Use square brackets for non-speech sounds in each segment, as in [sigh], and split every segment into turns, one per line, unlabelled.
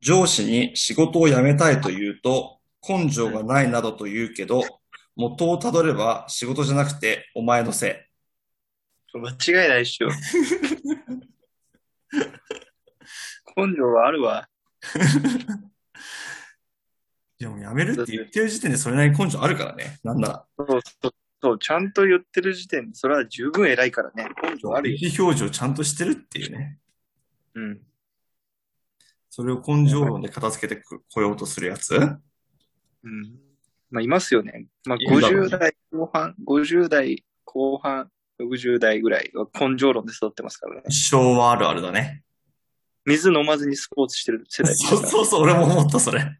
上司に仕事を辞めたいと言うと、根性がないなどと言うけど、元をたどれば仕事じゃなくてお前のせい。
間違いないっしょ。根性はあるわ。
でも辞めるって言ってる時点でそれなりに根性あるからね。なんなら。
そうそうそう、ちゃんと言ってる時点で、それは十分偉いからね。根性あるよ。
意思表示をちゃんとしてるっていうね。
うん。
それを根性論で片付けてここようとするやつ
うん。まあ、いますよね。まあ、
いるだろうね
50代後半、50代後半、60代ぐらいは根性論で育ってますからね。
一生はあるあるだね。
水飲まずにスポーツしてる世代ですか
[laughs] そ
ら
うそうそう、俺も思った、それ。 [laughs]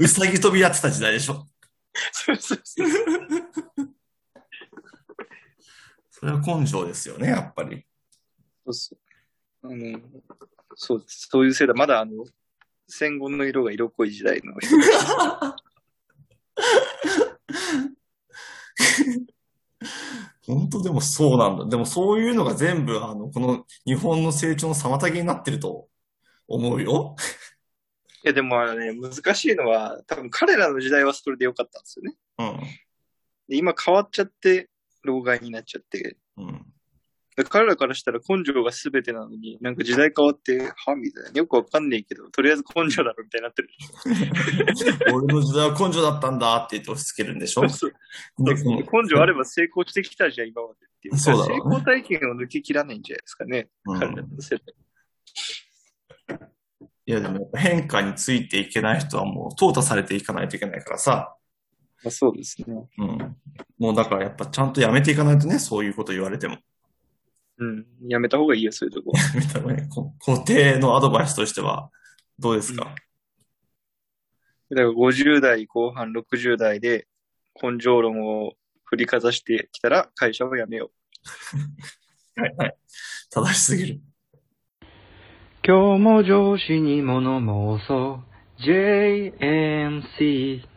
うさぎ飛びやってた時代でしょ。
そうそうそう。
それは根性ですよね、やっぱり。
そうそう。あの、そう、そういう世代、まだあの、戦後の色が色濃い時代の人。
本当でもそうなんだ。でもそういうのが全部、あの、この日本の成長の妨げになってると思うよ。
いや、でもあれね、難しいのは、多分彼らの時代はそれで良かったんですよね。
うん。
で今変わっちゃって、老害になっちゃって。
うん。
で彼らからしたら根性が全てなのに、なんか時代変わって、はみたいな。よくわかんないけど、とりあえず根性だろみたいになってる。
俺の時代は根性だったんだって言って押し付けるんでしょ [laughs]
そうそう
でその
根性あれば成功してきたじゃん、今までっていう。
そうだろうね
成功体験を抜けきらないんじゃないですかね。
うん
彼らの世代。
いやでもやっぱ変化についていけない人はもう淘汰されていかないといけないからさ。
まあ、そうですね。
うん。もうだからやっぱちゃんとやめていかないとね、そういうこと言われても。
うん。やめた方がいいよ、そういうとこ。
みたいなね、こ固定のアドバイスとしてはどうですか、
だから50代後半、60代で根性論を振りかざしてきたら会社を辞めよう。
はいはい。正しすぎる。
今日も上司に物申そう。JMC